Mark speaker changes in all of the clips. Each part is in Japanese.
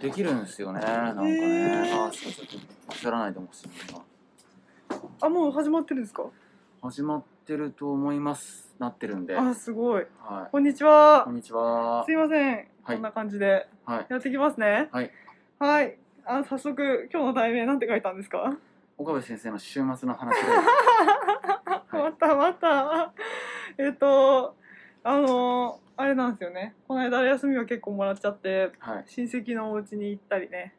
Speaker 1: できるんですよね。なんかね。
Speaker 2: へー
Speaker 1: あ、すいません。ちょっと焦らないでほしいな。
Speaker 2: あもう始まってるんですか
Speaker 1: 始まってると思います。なってるんで。は
Speaker 2: あすごい
Speaker 1: い。
Speaker 2: こんにち
Speaker 1: こ
Speaker 2: は
Speaker 1: んにちは
Speaker 2: す。いません、
Speaker 1: はい
Speaker 2: こんな感じで
Speaker 1: はい。
Speaker 2: やってきますね
Speaker 1: はい
Speaker 2: はいあ早速今日の題名なんて書いたんですか、
Speaker 1: 岡部先生の週末の話で。は
Speaker 2: またまたえっとあのあれなんですよねこの間休みを結構もらっちゃって
Speaker 1: はい。
Speaker 2: 親戚のお家に行ったりね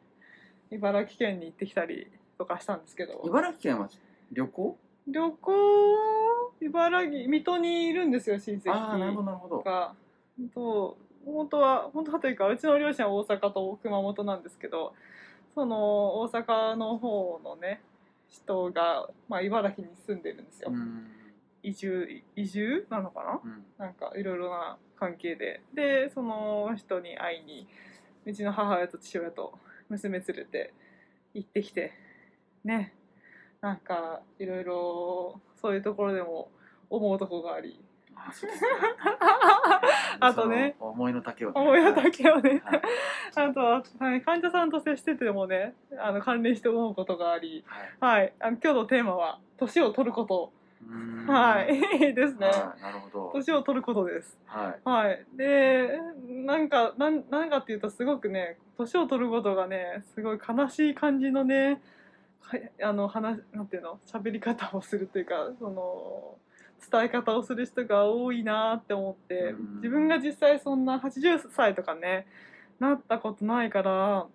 Speaker 2: 茨城県に行ってきたりとかしたんですけど
Speaker 1: 茨城県は旅行
Speaker 2: 旅行茨城水戸にいるんですよ親
Speaker 1: ああ、なるほ
Speaker 2: 戚
Speaker 1: ど、なるほど。
Speaker 2: が。と本当は本当はというかうちの両親は大阪と熊本なんですけどその大阪の方のね人が、まあ、茨城に住んでるんですよ。
Speaker 1: うん。
Speaker 2: 移住移住なのかな
Speaker 1: うん。
Speaker 2: なんかいろいろな関係ででその人に会いにうちの母親と父親と娘連れて行ってきてねなんかいろいろそういうところでも思うとこがあり
Speaker 1: あそうですね
Speaker 2: あとね。
Speaker 1: その思いの丈をね。
Speaker 2: 思いだけをね
Speaker 1: はい。
Speaker 2: あとは、はい、患者さんと接しててもねあの関連して思うことがあり、
Speaker 1: はい。
Speaker 2: はい、あの今日のテーマは「年を取ること
Speaker 1: う」ん
Speaker 2: は
Speaker 1: はい。
Speaker 2: い ですね。
Speaker 1: なるほど。
Speaker 2: 年を取ることです
Speaker 1: はい。
Speaker 2: はい、でなんかなんなんかっていうとすごくね年を取ることがねすごい悲しい感じのねはいあの話なんていうの喋り方をするというかその伝え方をする人が多いなって思って
Speaker 1: うん
Speaker 2: 自分が実際そんな80歳とかねなったことないから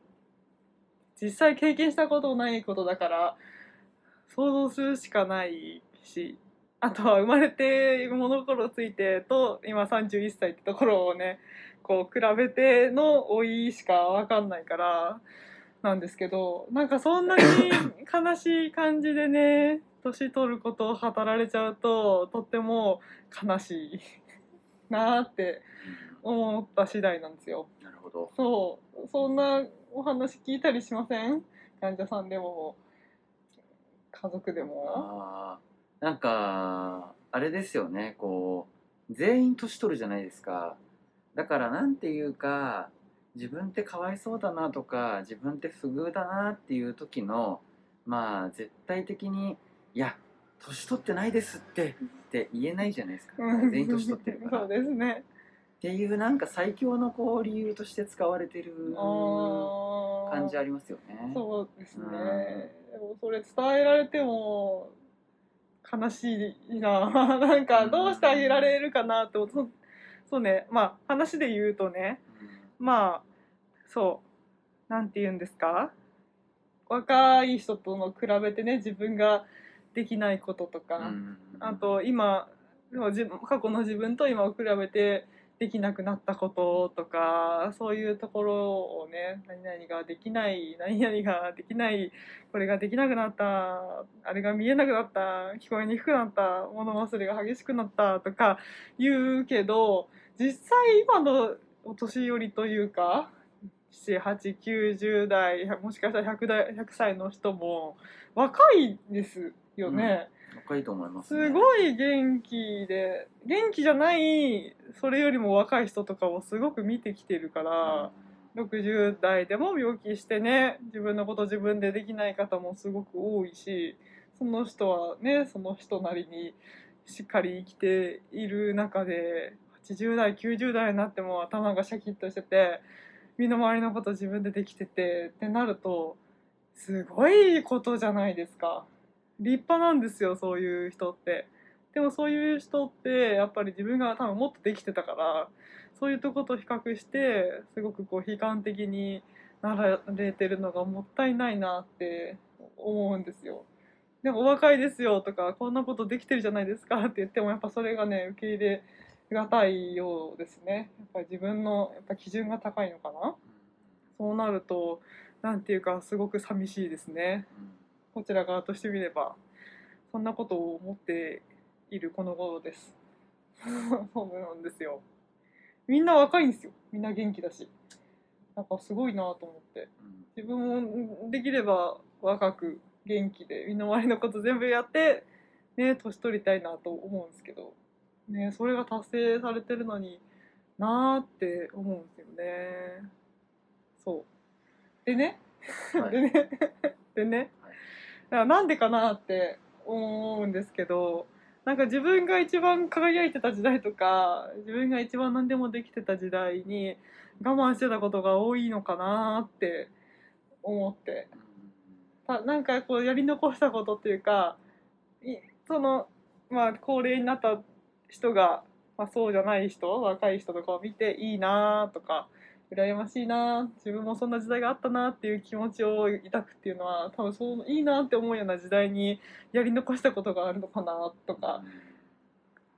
Speaker 2: 実際経験したことないことだから想像するしかないしあとは生まれて物心ついてと今31歳ってところをねこう比べての老いしかわかんないからなんですけどなんかそんなに悲しい感じでね年取ることを語られちゃうととっても悲しいなーって思った次第なんですよ。
Speaker 1: うんなるほど。
Speaker 2: そうそんなお話聞いたりしません患者さんでも家族でも。
Speaker 1: あーなんかあれですよねこう全員年取るじゃないですかだからなんていうか自分ってかわいそうだなとか自分って不遇だなっていう時のまあ絶対的にいや年取ってないですってって言えないじゃないですか
Speaker 2: うん
Speaker 1: 全員年取ってるからっ
Speaker 2: そうですね。
Speaker 1: ていうなんか最強のこう理由として使われてる
Speaker 2: あー
Speaker 1: 感じありますよね。
Speaker 2: そうですね
Speaker 1: うん
Speaker 2: でもそれ伝えられても悲し いななんかどうしてあげられるかなって思うそそうねまあ話で言うとねまあそうなんて言うんですか若い人との比べてね自分ができないこととか、
Speaker 1: うん
Speaker 2: あと今もう自分過去の自分と今を比べてできなくなったこととかそういうところをね何々ができない何々ができないこれができなくなったあれが見えなくなった聞こえにくくなった物忘れが激しくなったとか言うけど実際今のお年寄りというか7890代もしかしたら 100, 代100歳の人も若いですよね。
Speaker 1: うん若いと思います、ね。
Speaker 2: すごい元気で元気じゃないそれよりも若い人とかをすごく見てきてるから、60代でも病気してね自分のこと自分でできない方もすごく多いしその人はねその人なりにしっかり生きている中で80代90代になっても頭がシャキッとしてて身の回りのこと自分でできててってなるとすごいことじゃないですか立派なんですよそういう人ってでもそういう人ってやっぱり自分が多分もっとできてたからそういうとこと比較してすごくこう悲観的になられてるのがもったいないなって思うんですよでもお若いですよとかこんなことできてるじゃないですか って言ってもやっぱそれがね受け入れがたいようですねやっぱり自分のやっぱ基準が高いのかなそうなるとなんていうかすごく寂しいですね
Speaker 1: う
Speaker 2: こちら側としてみればそんなことを思っているこの頃です そうなんですよみんな若いんですよみんな元気だしなんかすごいなと思って
Speaker 1: んうん
Speaker 2: 自分もできれば若く元気で身の回りのこと全部やってね年取りたいなと思うんですけどねそれが達成されてるのになーって思うんですよねそうでね
Speaker 1: はい
Speaker 2: でね でね
Speaker 1: はい
Speaker 2: だからなんでかなって思うんですけどなんか自分が一番輝いてた時代とか自分が一番何でもできてた時代に我慢してたことが多いのかなって思ってたなんかこうやり残したことっていうかいそのまあ高齢になった人が、まあ、そうじゃない人若い人とかを見ていいなとか羨ましいな自分もそんな時代があったなっていう気持ちを抱くっていうのは多分そういいなって思うような時代にやり残したことがあるのかなとか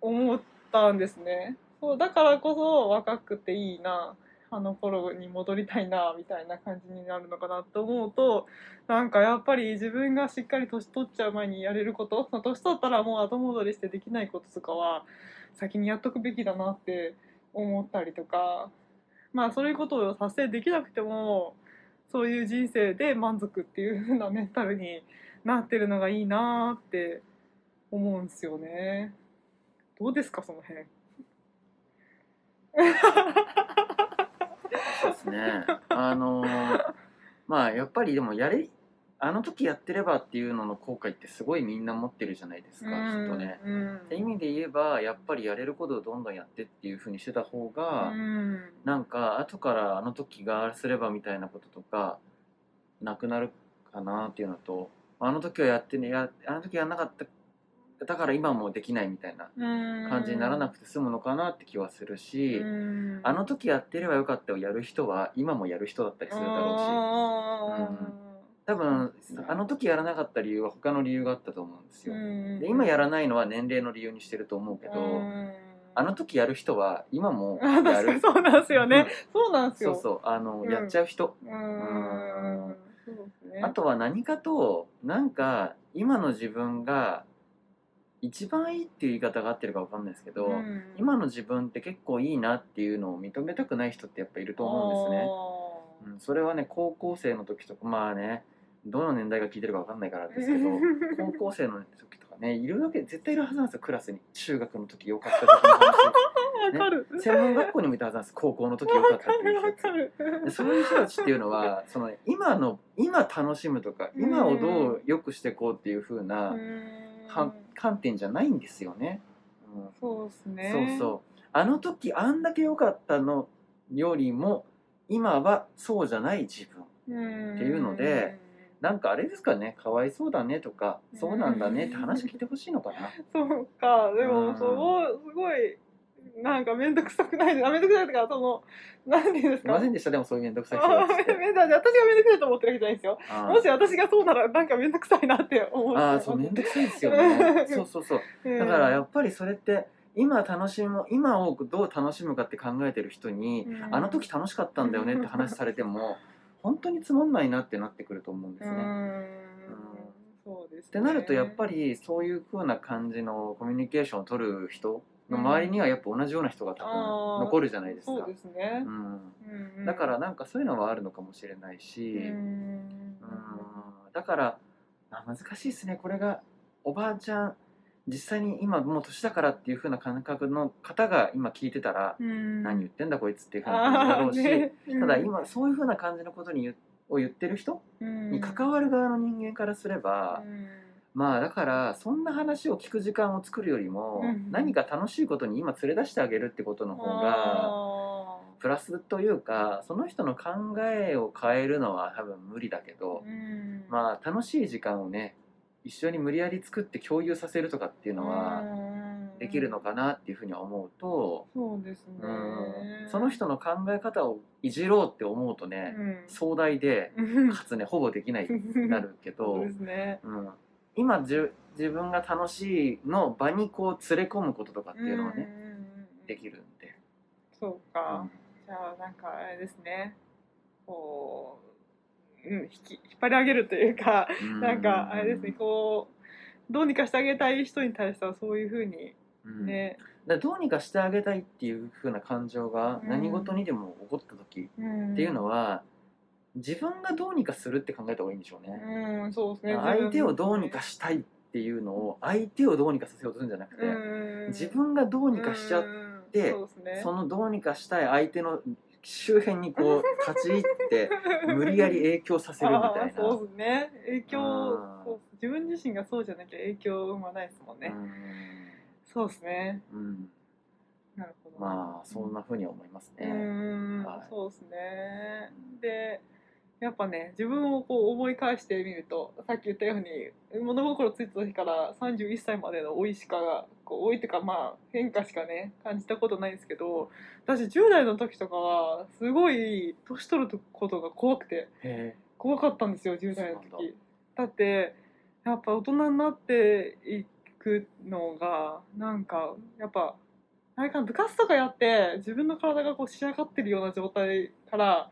Speaker 2: 思ったんですね。そうだからこそ若くていいなあの頃に戻りたいなみたいな感じになるのかなと思うとなんかやっぱり自分がしっかり年取っちゃう前にやれることまあ年取ったらもう後戻りしてできないこととかは先にやっとくべきだなって思ったりとかまあそういうことを達成できなくてもそういう人生で満足っていう風なメンタルになってるのがいいなって思うんですよね。どうですかその辺。
Speaker 1: そうですね。あのーまあやっぱりでもやれあの時やってればっていうのの後悔ってすごいみんな持ってるじゃないですか、きっとね。
Speaker 2: うん。
Speaker 1: って意味で言えばやっぱりやれることをどんどんやってっていう風にしてた方が、
Speaker 2: うん
Speaker 1: なんか後からあの時がああすればみたいなこととかなくなるかなっていうのとあの時はやってねやあの時やんなかっただから今もできないみたいな感じにならなくて済むのかなって気はするし、
Speaker 2: うん
Speaker 1: あの時やってればよかったをやる人は今もやる人だったりするだろうし
Speaker 2: あ
Speaker 1: 多分あの時やらなかった理由は他の理由があったと思うんです
Speaker 2: ー
Speaker 1: よ。
Speaker 2: うん
Speaker 1: で今やらないのは年齢の理由にしてると思うけど、
Speaker 2: うん
Speaker 1: あの時やる人は今も
Speaker 2: あ
Speaker 1: や
Speaker 2: 確かに
Speaker 1: る
Speaker 2: そうなんですよね、そうなんです
Speaker 1: そ
Speaker 2: よ
Speaker 1: うそうあの、
Speaker 2: うん
Speaker 1: やっちゃう人
Speaker 2: うーんそうですね
Speaker 1: あとは何かとなんか今の自分が一番いいっていう言い方が合ってるかわかんないですけど、
Speaker 2: うん
Speaker 1: 今の自分って結構いいなっていうのを認めたくない人ってやっぱいると思うんですね。うん、それはね高校生の時とかまあねどの年代が聞いてるかわかんないから
Speaker 2: あー
Speaker 1: ですけ ど高校生の時とかねいるわけ絶対いるはずなんですよクラスに中学の時よかったとかの
Speaker 2: わかる
Speaker 1: 話専門学校にもいたはずなんです高校の時よか
Speaker 2: わ
Speaker 1: った
Speaker 2: か
Speaker 1: っていう
Speaker 2: るわ
Speaker 1: 人
Speaker 2: かる
Speaker 1: でそういう人たちっていうのはその今の今楽しむとか今をどう良くしていこうっていう風な、
Speaker 2: うん
Speaker 1: かん観点じゃないんですよね。うん
Speaker 2: そうですね
Speaker 1: そうそうあの時あんだけ良かったのよりも今はそうじゃない自分
Speaker 2: うん
Speaker 1: っていうのでなんかあれですかねかわいそうだねとかそうなんだねって話聞いてほしいのか な。
Speaker 2: そうかで
Speaker 1: うん
Speaker 2: もすごいすごいなんか面倒くさくないあ面倒くさいとかそのなんていうんです
Speaker 1: すい
Speaker 2: か
Speaker 1: ませんでしたでもそういう面倒くさい人
Speaker 2: あ
Speaker 1: たち
Speaker 2: め
Speaker 1: って
Speaker 2: めんだ私が面倒くさいと思ってるわけじゃないんですよ。
Speaker 1: あ
Speaker 2: もし私がそうならなんか面倒くさいなって思う。
Speaker 1: あーそう面倒くさいですよねそうそうそう
Speaker 2: うん
Speaker 1: だからやっぱりそれって今楽しむ今をどう楽しむかって考えてる人に、
Speaker 2: うん
Speaker 1: あの時楽しかったんだよねって話されても本当につまんないなってなってくると思うんですね。
Speaker 2: う
Speaker 1: っ
Speaker 2: ん
Speaker 1: うん
Speaker 2: そうです、ね。って
Speaker 1: なるとやっぱ
Speaker 2: り
Speaker 1: りそういう風な感じのコミュニケーションを取る人の周りにはやっぱ同じような人が多分残るじゃないですか。
Speaker 2: そうですね
Speaker 1: う。ん
Speaker 2: うんうん
Speaker 1: だからなんかそういうのはあるのかもしれないし、
Speaker 2: う
Speaker 1: うん
Speaker 2: ん
Speaker 1: だからあ難しいですねこれがおばあちゃん実際に今もう年だからっていう風な感覚の方が今聞いてたら、
Speaker 2: うん
Speaker 1: 何言ってんだこいつっていう風な感じだ
Speaker 2: あ
Speaker 1: ろ
Speaker 2: あ
Speaker 1: うし、
Speaker 2: ね
Speaker 1: ただ今そういう風な感じのことに言を言ってる人に関わる側の人間からすれば、まあだからそんな話を聞く時間を作るよりも、
Speaker 2: うん
Speaker 1: 何か楽しいことに今連れ出してあげるってことの
Speaker 2: の
Speaker 1: 方がプラスというかその人の考えを変えるのは多分無理だけど、まあ楽しい時間をね一緒に無理やり作って共有させるとかっていう
Speaker 2: あ
Speaker 1: のはできるのかなっていうふうには思うと。
Speaker 2: そうですね
Speaker 1: うん。その人の考え方をいじろうって思うとね、壮大で
Speaker 2: うん
Speaker 1: かつねほぼできないなるけ
Speaker 2: そ
Speaker 1: ど、
Speaker 2: う
Speaker 1: う
Speaker 2: ですね。
Speaker 1: ん、今じゅ自分が楽しいの場にこう連れ込むこととかっていうのはね、
Speaker 2: うんうんうん
Speaker 1: できるんで、
Speaker 2: そう
Speaker 1: う
Speaker 2: か
Speaker 1: ん。
Speaker 2: じゃあなんかあれですね。こう、うん、引き引っ張り上げるというか、なんかあれですね。こうどうにかしてあげたい人に対してはそういうふうに
Speaker 1: うん
Speaker 2: ね。
Speaker 1: だからどうにかしてあげたいっていう風な感情が
Speaker 2: うん
Speaker 1: 何事にでも起こった時
Speaker 2: っ
Speaker 1: っていうのは、自分がどうにかするって考えた方がいいんでしょうね。
Speaker 2: うん、そうですね。
Speaker 1: 相手をどうにかしたいっていうのを相手をどうにかさせようとするんじゃなくて、
Speaker 2: うん
Speaker 1: 自分がどう
Speaker 2: ど
Speaker 1: にかしちゃって
Speaker 2: そうですね。
Speaker 1: そのどうにかしたい相手の周辺にこう立ち入っ て無理やり影響させるみた
Speaker 2: あ
Speaker 1: い
Speaker 2: ー
Speaker 1: な。
Speaker 2: そうですね影響
Speaker 1: あー
Speaker 2: そう自分自身がそうじゃなきゃ影響を生まないですもんね、そうですね
Speaker 1: うんうん
Speaker 2: なるほど
Speaker 1: まあそんなふうには思います
Speaker 2: う
Speaker 1: ね。
Speaker 2: ーん、
Speaker 1: はい
Speaker 2: そうですねでやっぱね自分をこう思い返してみるとさっき言ったように物心ついた時から31歳までの老いしかこう老いというかまあ変化しかね感じたことないんですけど私10代の時とかはすごい年取ることが怖くて
Speaker 1: へ
Speaker 2: 怖かったんですよ10代の
Speaker 1: そうなん
Speaker 2: 時だってやっぱ大人になっていくのがなんかやっぱあれかな部活とかやって自分の体がこう仕上がってるような状態から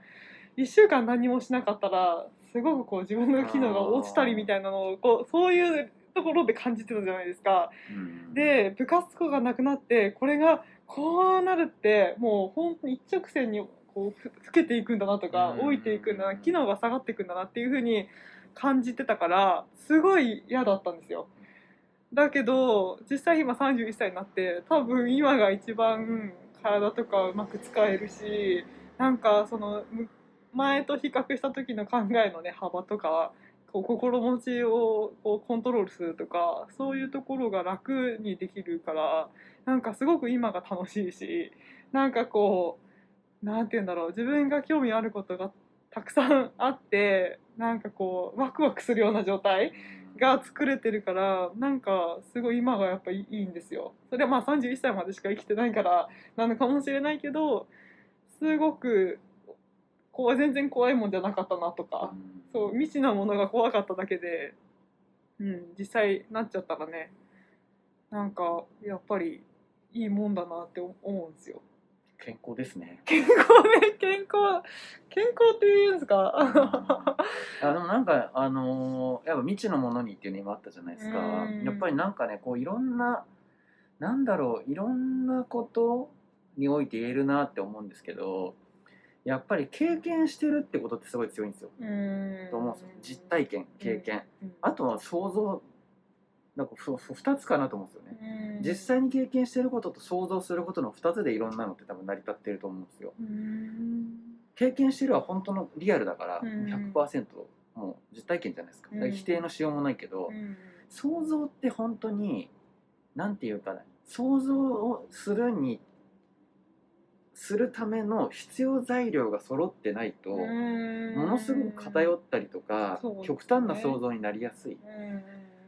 Speaker 2: 1週間何もしなかったらすごくこう自分の機能が落ちたりみたいなのをこうそういうところで感じてたじゃないですか。
Speaker 1: えうん
Speaker 2: で部活動がなくなってこれがこうなるってもう本当に一直線にこうふ老けていくんだなとか
Speaker 1: うん
Speaker 2: 老いていくんだな機能が下がっていくんだなっていうふうに感じてたからすごい嫌だったんですよ。だけど実際今31歳になって多分今が一番体とかうまく使えるしなんかそのむ前と比較した時の考えのね幅とかこう心持ちをこうコントロールするとかそういうところが楽にできるからなんかすごく今が楽しいしなんかこうなんて言うんだろう自分が興味あることがたくさんあってなんかこうワクワクするような状態が作れてるからなんかすごい今がやっぱいいんですよそれはまあ31歳までしか生きてないからなのかもしれないけどすごくこう全然怖いもんじゃなかったなとか
Speaker 1: ん
Speaker 2: そう未知なものが怖かっただけで、うん、実際なっちゃったらねなんかやっぱりいいもんだなって思うんですよ
Speaker 1: 健康ですね。
Speaker 2: 健康ね健康健康って言うんですか
Speaker 1: あでもなんかあのーやっぱ未知のものにっていうの今あったじゃないですか
Speaker 2: うん。
Speaker 1: やっぱりなんかねこういろんななんだろういろんなことにおいて言えるなって思うんですけど、やっぱり経験してるってことってすごい強いんですよ。
Speaker 2: うん
Speaker 1: と思うんですよ。実体験経験、
Speaker 2: うん
Speaker 1: あとは想像なんかふふ二つかなと思うんですよね。
Speaker 2: うん
Speaker 1: 実際に経験してることと想像することの2つでいろんなのって多分成り立ってると思うんですよ。
Speaker 2: うーん
Speaker 1: 経験してるは本当のリアルだから
Speaker 2: うん
Speaker 1: 100%もう実体験じゃないですか。だから否定のしようもないけど、
Speaker 2: うん
Speaker 1: 想像って本当に何て言うかな想像をするにするための必要材料が揃ってないと、
Speaker 2: うーん
Speaker 1: ものすごく偏ったりとか、
Speaker 2: そうですね
Speaker 1: 極端な想像になりやすい。
Speaker 2: うん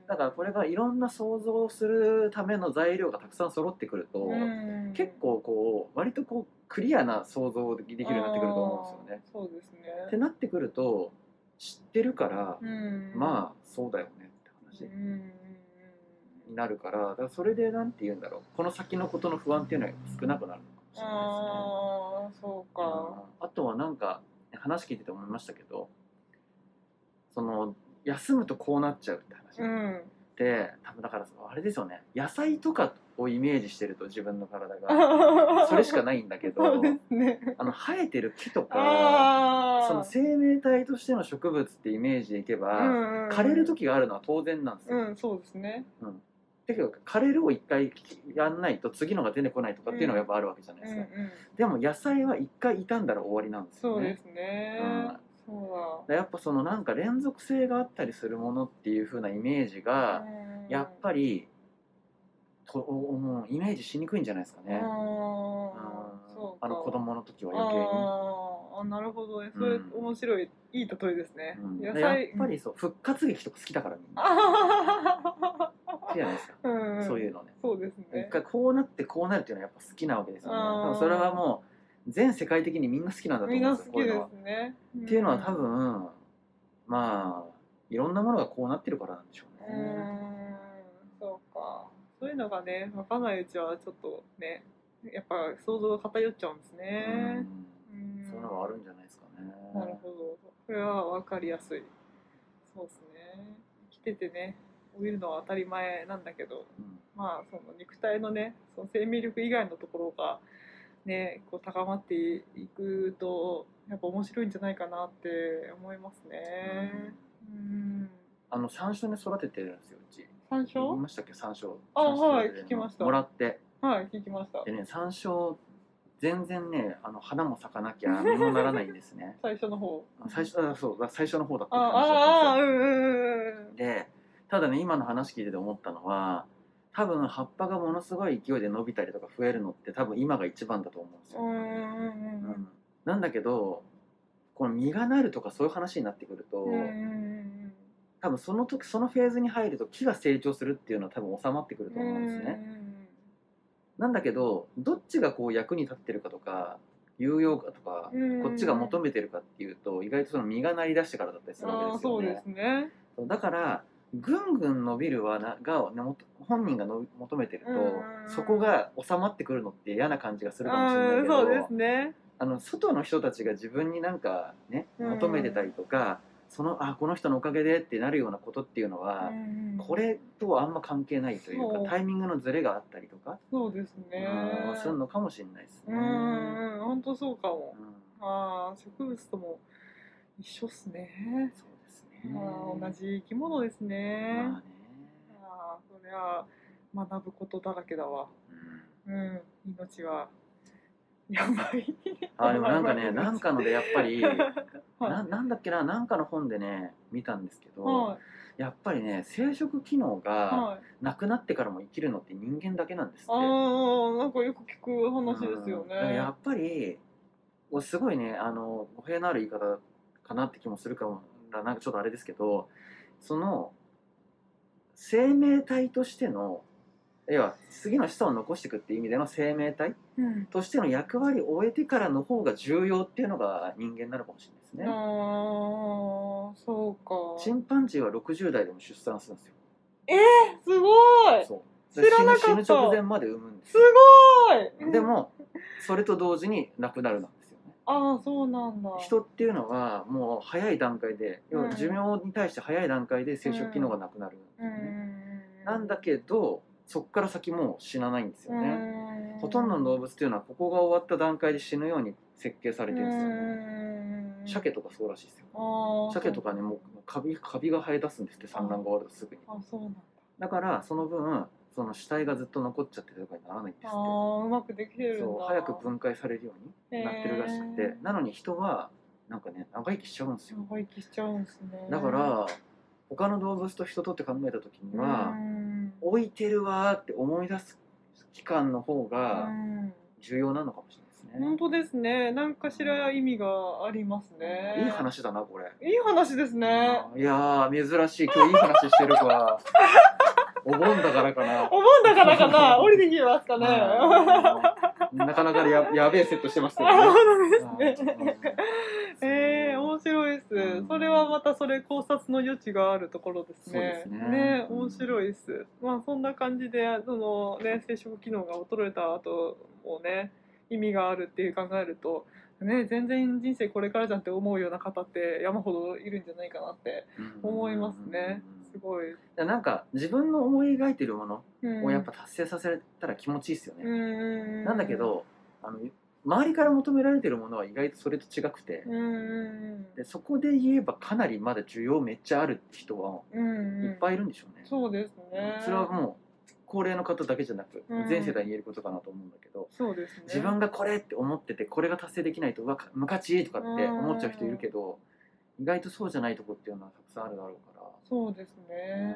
Speaker 1: だからこれがいろんな想像をするための材料がたくさん揃ってくると、
Speaker 2: うん
Speaker 1: 結構こう割とこうクリアな想像できるようになってくると思うんですよね。
Speaker 2: あーそうですね
Speaker 1: ってなってくると知ってるから、
Speaker 2: うん
Speaker 1: まあそうだよねって話
Speaker 2: うん
Speaker 1: になるからだからそれでなんて言うんだろうこの先のことの不安っていうのは少なくなるのかもしれない
Speaker 2: あーそう
Speaker 1: ですね。
Speaker 2: か
Speaker 1: うんあとはなんか話聞いてて思いましたけどその休むとこうなっちゃうって話。
Speaker 2: うん
Speaker 1: って多分だからあれですよね野菜とかをイメージしてると自分の体 がそれしかないんだけ
Speaker 2: そう
Speaker 1: ど
Speaker 2: ですね
Speaker 1: あの生えてる木とか
Speaker 2: ああ
Speaker 1: その生命体としての植物ってイメージでいけば、枯れる時があるのは当然なんですよ。
Speaker 2: うんそうですね
Speaker 1: だけど枯れるを一回やんないと次のが出てこないとかっていうのがやっぱあるわけじゃない
Speaker 2: うん
Speaker 1: です
Speaker 2: う
Speaker 1: か、
Speaker 2: ん
Speaker 1: でも野菜は一回傷んだら終わりなんです
Speaker 2: そ
Speaker 1: よ
Speaker 2: う
Speaker 1: ね
Speaker 2: ですね
Speaker 1: うん
Speaker 2: そう
Speaker 1: やっぱそのなんか連続性があったりするものっていう風なイメージ
Speaker 2: だ
Speaker 1: が
Speaker 2: うん
Speaker 1: やっぱりともうイメージしにくいんじゃないですかね、
Speaker 2: あーそうか
Speaker 1: あの子供の時は余計に。
Speaker 2: あーあなるほどねそれ
Speaker 1: うん
Speaker 2: 面白い、いい例えですね、
Speaker 1: うん
Speaker 2: 野
Speaker 1: でやっ
Speaker 2: 菜
Speaker 1: ぱりそう復活劇とか好きだからみんな好きじゃないですか、
Speaker 2: うんうん
Speaker 1: そういうのね
Speaker 2: そうですね
Speaker 1: 一回こうなってこうなるっていうのはやっぱ好きなわけですよね
Speaker 2: あー
Speaker 1: 多分それはもう全世界的にみんな好きなんだと
Speaker 2: みん
Speaker 1: 思うんで
Speaker 2: な
Speaker 1: すよ
Speaker 2: 好
Speaker 1: こ
Speaker 2: き
Speaker 1: ういう
Speaker 2: です
Speaker 1: のは。
Speaker 2: ねっ
Speaker 1: っていうのは多分まあいろんなものがこうなってるからなんでしょう
Speaker 2: う
Speaker 1: ね。
Speaker 2: んそうかそういうのがね分かんないうちはちょっとねやっぱ想像が偏っちゃうんですね、うん
Speaker 1: そういうのがあるんじゃないですかね。
Speaker 2: なるほど。これは分かりやすい。そうですね。生きててね、老いるのは当たり前なんだけど、
Speaker 1: うん
Speaker 2: まあ、その肉体のね、その生命力以外のところが、ね、こう高まっていくと、やっぱ面白いんじゃないかなって思いますね。うん。
Speaker 1: あの山椒ね育ててるんですようち。
Speaker 2: 山
Speaker 1: 言い
Speaker 2: 椒
Speaker 1: ましたっけ山椒。
Speaker 2: あ
Speaker 1: 山椒
Speaker 2: はい
Speaker 1: で
Speaker 2: 聞きました
Speaker 1: もらって
Speaker 2: はい、聞きました。
Speaker 1: でね山椒全然ねあの花も咲かなきゃ実もならないんです ね
Speaker 2: 最初の方
Speaker 1: 最初あそう最初の方だった
Speaker 2: あ
Speaker 1: って話だったん
Speaker 2: ああ
Speaker 1: で
Speaker 2: うんうんうんうん
Speaker 1: すよでただね今の話聞いてて思ったのは多分葉っぱがものすごい勢いで伸びたりとか増えるのって多分今が一番だと思うんですよ、
Speaker 2: うん
Speaker 1: うんなんだけどこの実がなるとかそういう話になってくると、
Speaker 2: うんうんうんうん
Speaker 1: 多分その時そのフェーズに入ると木が成長するっていうのは多分収まってくると思うんですね、なんだけどどっちがこう役に立ってるかとか有用かとか、こっちが求
Speaker 2: め
Speaker 1: めてるかっていうと意外とその実がなりだしてからだったりするわけ
Speaker 2: あ
Speaker 1: で
Speaker 2: あ
Speaker 1: すよ
Speaker 2: そう
Speaker 1: ね
Speaker 2: ですね
Speaker 1: そうだからぐんぐん伸びるはなが、ね、もと本人がの求めてると、
Speaker 2: うん
Speaker 1: そこが収まってくるのって嫌な感じがするかもしれない
Speaker 2: うん
Speaker 1: けど、
Speaker 2: そうですね
Speaker 1: あの外の人たちが自分になんかね
Speaker 2: うん
Speaker 1: 求めてたりとか、そのあこの人のおかげでってなるようなことっていうのは、これとはあんま関係ないというか
Speaker 2: そう
Speaker 1: タイミングのズレがあったりとか、
Speaker 2: そうですね
Speaker 1: うんするのかもしれないです
Speaker 2: う
Speaker 1: ね。
Speaker 2: んうん本当そうかも
Speaker 1: うん
Speaker 2: ああ植物とも一緒っすね
Speaker 1: そうですね。
Speaker 2: ああ同じ生き物ですね
Speaker 1: まあね。
Speaker 2: ああそりゃ学ぶことだらけだわ
Speaker 1: うん
Speaker 2: うん命はやばい
Speaker 1: あでもなん かねなんかのでやっぱりな
Speaker 2: は
Speaker 1: なんだっけななんかの本でね見たんですけ
Speaker 2: い
Speaker 1: ど、
Speaker 2: は
Speaker 1: やっぱりね生殖機能
Speaker 2: い
Speaker 1: が
Speaker 2: はい
Speaker 1: なくなってからも生きるのって人間だけなんですって。
Speaker 2: ああなんかよく聞く話ですよ
Speaker 1: うんだからや
Speaker 2: ね
Speaker 1: っぱりおすごいねあの語弊のある言い方かなって気もするかもなんかちょっとあれですけどその生命体としての要は次の子孫を残していくっていう意味での生命体
Speaker 2: うん
Speaker 1: としての役割を終えてからの方が重要っていうのが人間なのかもしれないですね。
Speaker 2: ああそうか
Speaker 1: チンパンジーは60代でも出産するんですよ。
Speaker 2: すごい
Speaker 1: そう
Speaker 2: 知らなかった
Speaker 1: 死ぬ死ぬ直前まで産むんです
Speaker 2: す
Speaker 1: よ。
Speaker 2: ごい
Speaker 1: でもそれと同時に亡くなるなんですよね。
Speaker 2: ああそうなんだ
Speaker 1: 人っていうのはもう早い段階で要は寿命に対して早い段階で生殖機能がなくなるんです
Speaker 2: う
Speaker 1: よね、
Speaker 2: ん
Speaker 1: なんだけどそこから先もう死なないんですよね、
Speaker 2: ね
Speaker 1: ほとんどの動物っていうのはここが終わった段階で死ぬように設計さ
Speaker 2: さ
Speaker 1: れてるんですよね、
Speaker 2: ね
Speaker 1: 鮭とかそうらしいですよ
Speaker 2: ああ
Speaker 1: 鮭とかねもうカビカビが生え出すんですって産卵が終わるとすぐに
Speaker 2: あそうなんだ
Speaker 1: だからその分その死体がずっと残っちゃってるとかにならないんですっ
Speaker 2: あ
Speaker 1: て
Speaker 2: あうまくできてるんだ
Speaker 1: そう早く分解されるようになってるらしく
Speaker 2: へ
Speaker 1: て
Speaker 2: ー
Speaker 1: なのに人はなんかね長生きしちゃうんですよ
Speaker 2: 長生きしちゃうんですね
Speaker 1: だから他の動物と人とって考えた時に
Speaker 2: う
Speaker 1: は
Speaker 2: ん
Speaker 1: 老いてるわーって思い出す期間の方が
Speaker 2: うん
Speaker 1: 重要なのかもしれない
Speaker 2: 本当ですねなんかしら意味がありま
Speaker 1: で
Speaker 2: す
Speaker 1: す
Speaker 2: ね
Speaker 1: ね。いい話だなこれ。
Speaker 2: いい話ですね
Speaker 1: いやー珍しい今日いい話してるわ。お盆だからか な。
Speaker 2: お盆だからかな降りてきますかね
Speaker 1: はいなかなかややべえセットして ますけど
Speaker 2: あ
Speaker 1: ね。
Speaker 2: そうですね
Speaker 1: うん
Speaker 2: ええ面白いです、
Speaker 1: うん
Speaker 2: それはまたそれ考察の余地があるところで
Speaker 1: そ
Speaker 2: す
Speaker 1: うで
Speaker 2: ね
Speaker 1: すねうん
Speaker 2: 面白いですまあそんな感じでそのね生殖機能が衰えた後もね意味があるっていう考えるとね全然人生これからじゃんって思うような方って山ほどいるんじゃないかなって思いますねすごい、
Speaker 1: いやなんか自分の思い描いてるもの
Speaker 2: うん
Speaker 1: をやっぱ達成させたら気持ちいいですよね。
Speaker 2: うん
Speaker 1: なんだけどあの周りから求められてるものは意外とそれと違くて、
Speaker 2: うん
Speaker 1: でそこで言えばかなりまだ需要めっちゃあるって人は
Speaker 2: うん
Speaker 1: いっぱいいるんでしょうね。
Speaker 2: そうですね
Speaker 1: それはもう高齢の方だけじゃなく
Speaker 2: うん
Speaker 1: 全世代に言えることかなと思うんだけど、
Speaker 2: そうですね
Speaker 1: 自分がこれって思っててこれが達成できないとうわムカチーとかって思っちゃう人いるけど、意外とそうじゃないとこっていうのはたくさんあるだろうか
Speaker 2: そうです
Speaker 1: ら。
Speaker 2: ね、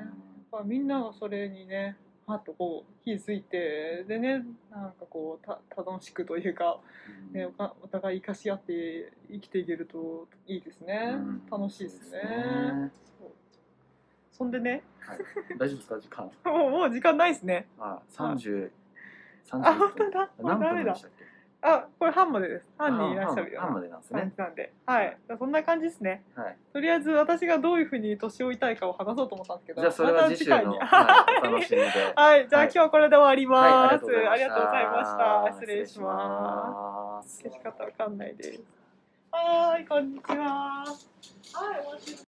Speaker 2: まあ、みんながそれにねはっとこう気づいてでねなんかこうた楽しくというか,、
Speaker 1: うん
Speaker 2: ね、おかお互い生かし合って生きていけるといいですね、
Speaker 1: うん
Speaker 2: 楽しいですね
Speaker 1: そうですね
Speaker 2: そうそんでね
Speaker 1: はい、大丈夫ですか時間。
Speaker 2: もうもう時間ないですね
Speaker 1: あ、三十。三
Speaker 2: あ本当
Speaker 1: 十。
Speaker 2: だも
Speaker 1: 何
Speaker 2: うダメ
Speaker 1: 分で
Speaker 2: だ
Speaker 1: したっけ。
Speaker 2: あこれ半までです半にいらっしゃるよう
Speaker 1: 半
Speaker 2: な
Speaker 1: までなんです
Speaker 2: 感
Speaker 1: ね。
Speaker 2: じなんで、はい、そんな感じですね
Speaker 1: はい。
Speaker 2: とりあえず私がどういうふうに年老いたいかを話そうと思ったんですけど
Speaker 1: じゃあそれは
Speaker 2: また
Speaker 1: 次
Speaker 2: 次
Speaker 1: 週
Speaker 2: 回
Speaker 1: の、
Speaker 2: に
Speaker 1: はい、お楽しみで。
Speaker 2: はい、じ ゃあ、
Speaker 1: はい
Speaker 2: 今日これで終わり
Speaker 1: はい、
Speaker 2: ます。あ
Speaker 1: あ
Speaker 2: り
Speaker 1: りが
Speaker 2: がと
Speaker 1: とう
Speaker 2: うご
Speaker 1: ご
Speaker 2: ざ
Speaker 1: ざ
Speaker 2: い
Speaker 1: い
Speaker 2: ま
Speaker 1: ま
Speaker 2: し。
Speaker 1: したた。
Speaker 2: 失礼しま
Speaker 1: 失
Speaker 2: す。
Speaker 1: 礼
Speaker 2: 消
Speaker 1: し
Speaker 2: し
Speaker 1: ます。
Speaker 2: 方わかんないです。はーい、こんにちは。はい、お待ちしてます。